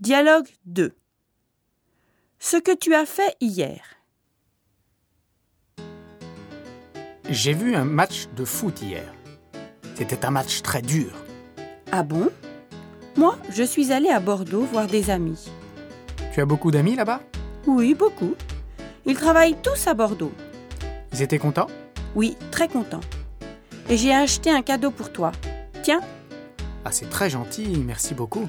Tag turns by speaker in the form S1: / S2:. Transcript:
S1: Dialogue 2 Ce que tu as fait hier.
S2: J'ai vu un match de foot hier. C'était un match très dur.
S1: Ah bon Moi, je suis allée à Bordeaux voir des amis.
S2: Tu as beaucoup d'amis là-bas
S1: Oui, beaucoup. Ils travaillent tous à Bordeaux.
S2: Ils étaient contents
S1: Oui, très contents. Et j'ai acheté un cadeau pour toi. Tiens,
S2: Ah, c'est très gentil, merci beaucoup.